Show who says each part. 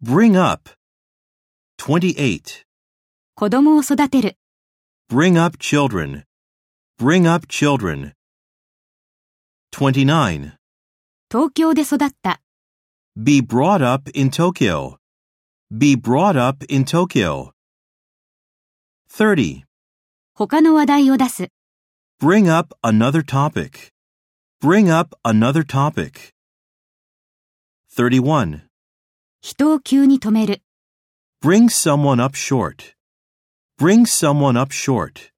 Speaker 1: Bring up. 28.
Speaker 2: 子供を育てる、
Speaker 1: Bring up children. Bring up children. 29.
Speaker 2: 東京で育った、
Speaker 1: Be brought up in Tokyo. Be brought up in Tokyo. 30.
Speaker 2: 他の話題を出す、
Speaker 1: Bring up another topic. Bring up another topic. 31.
Speaker 2: 人を急に止める。
Speaker 1: Bring someone up short. Bring someone up short.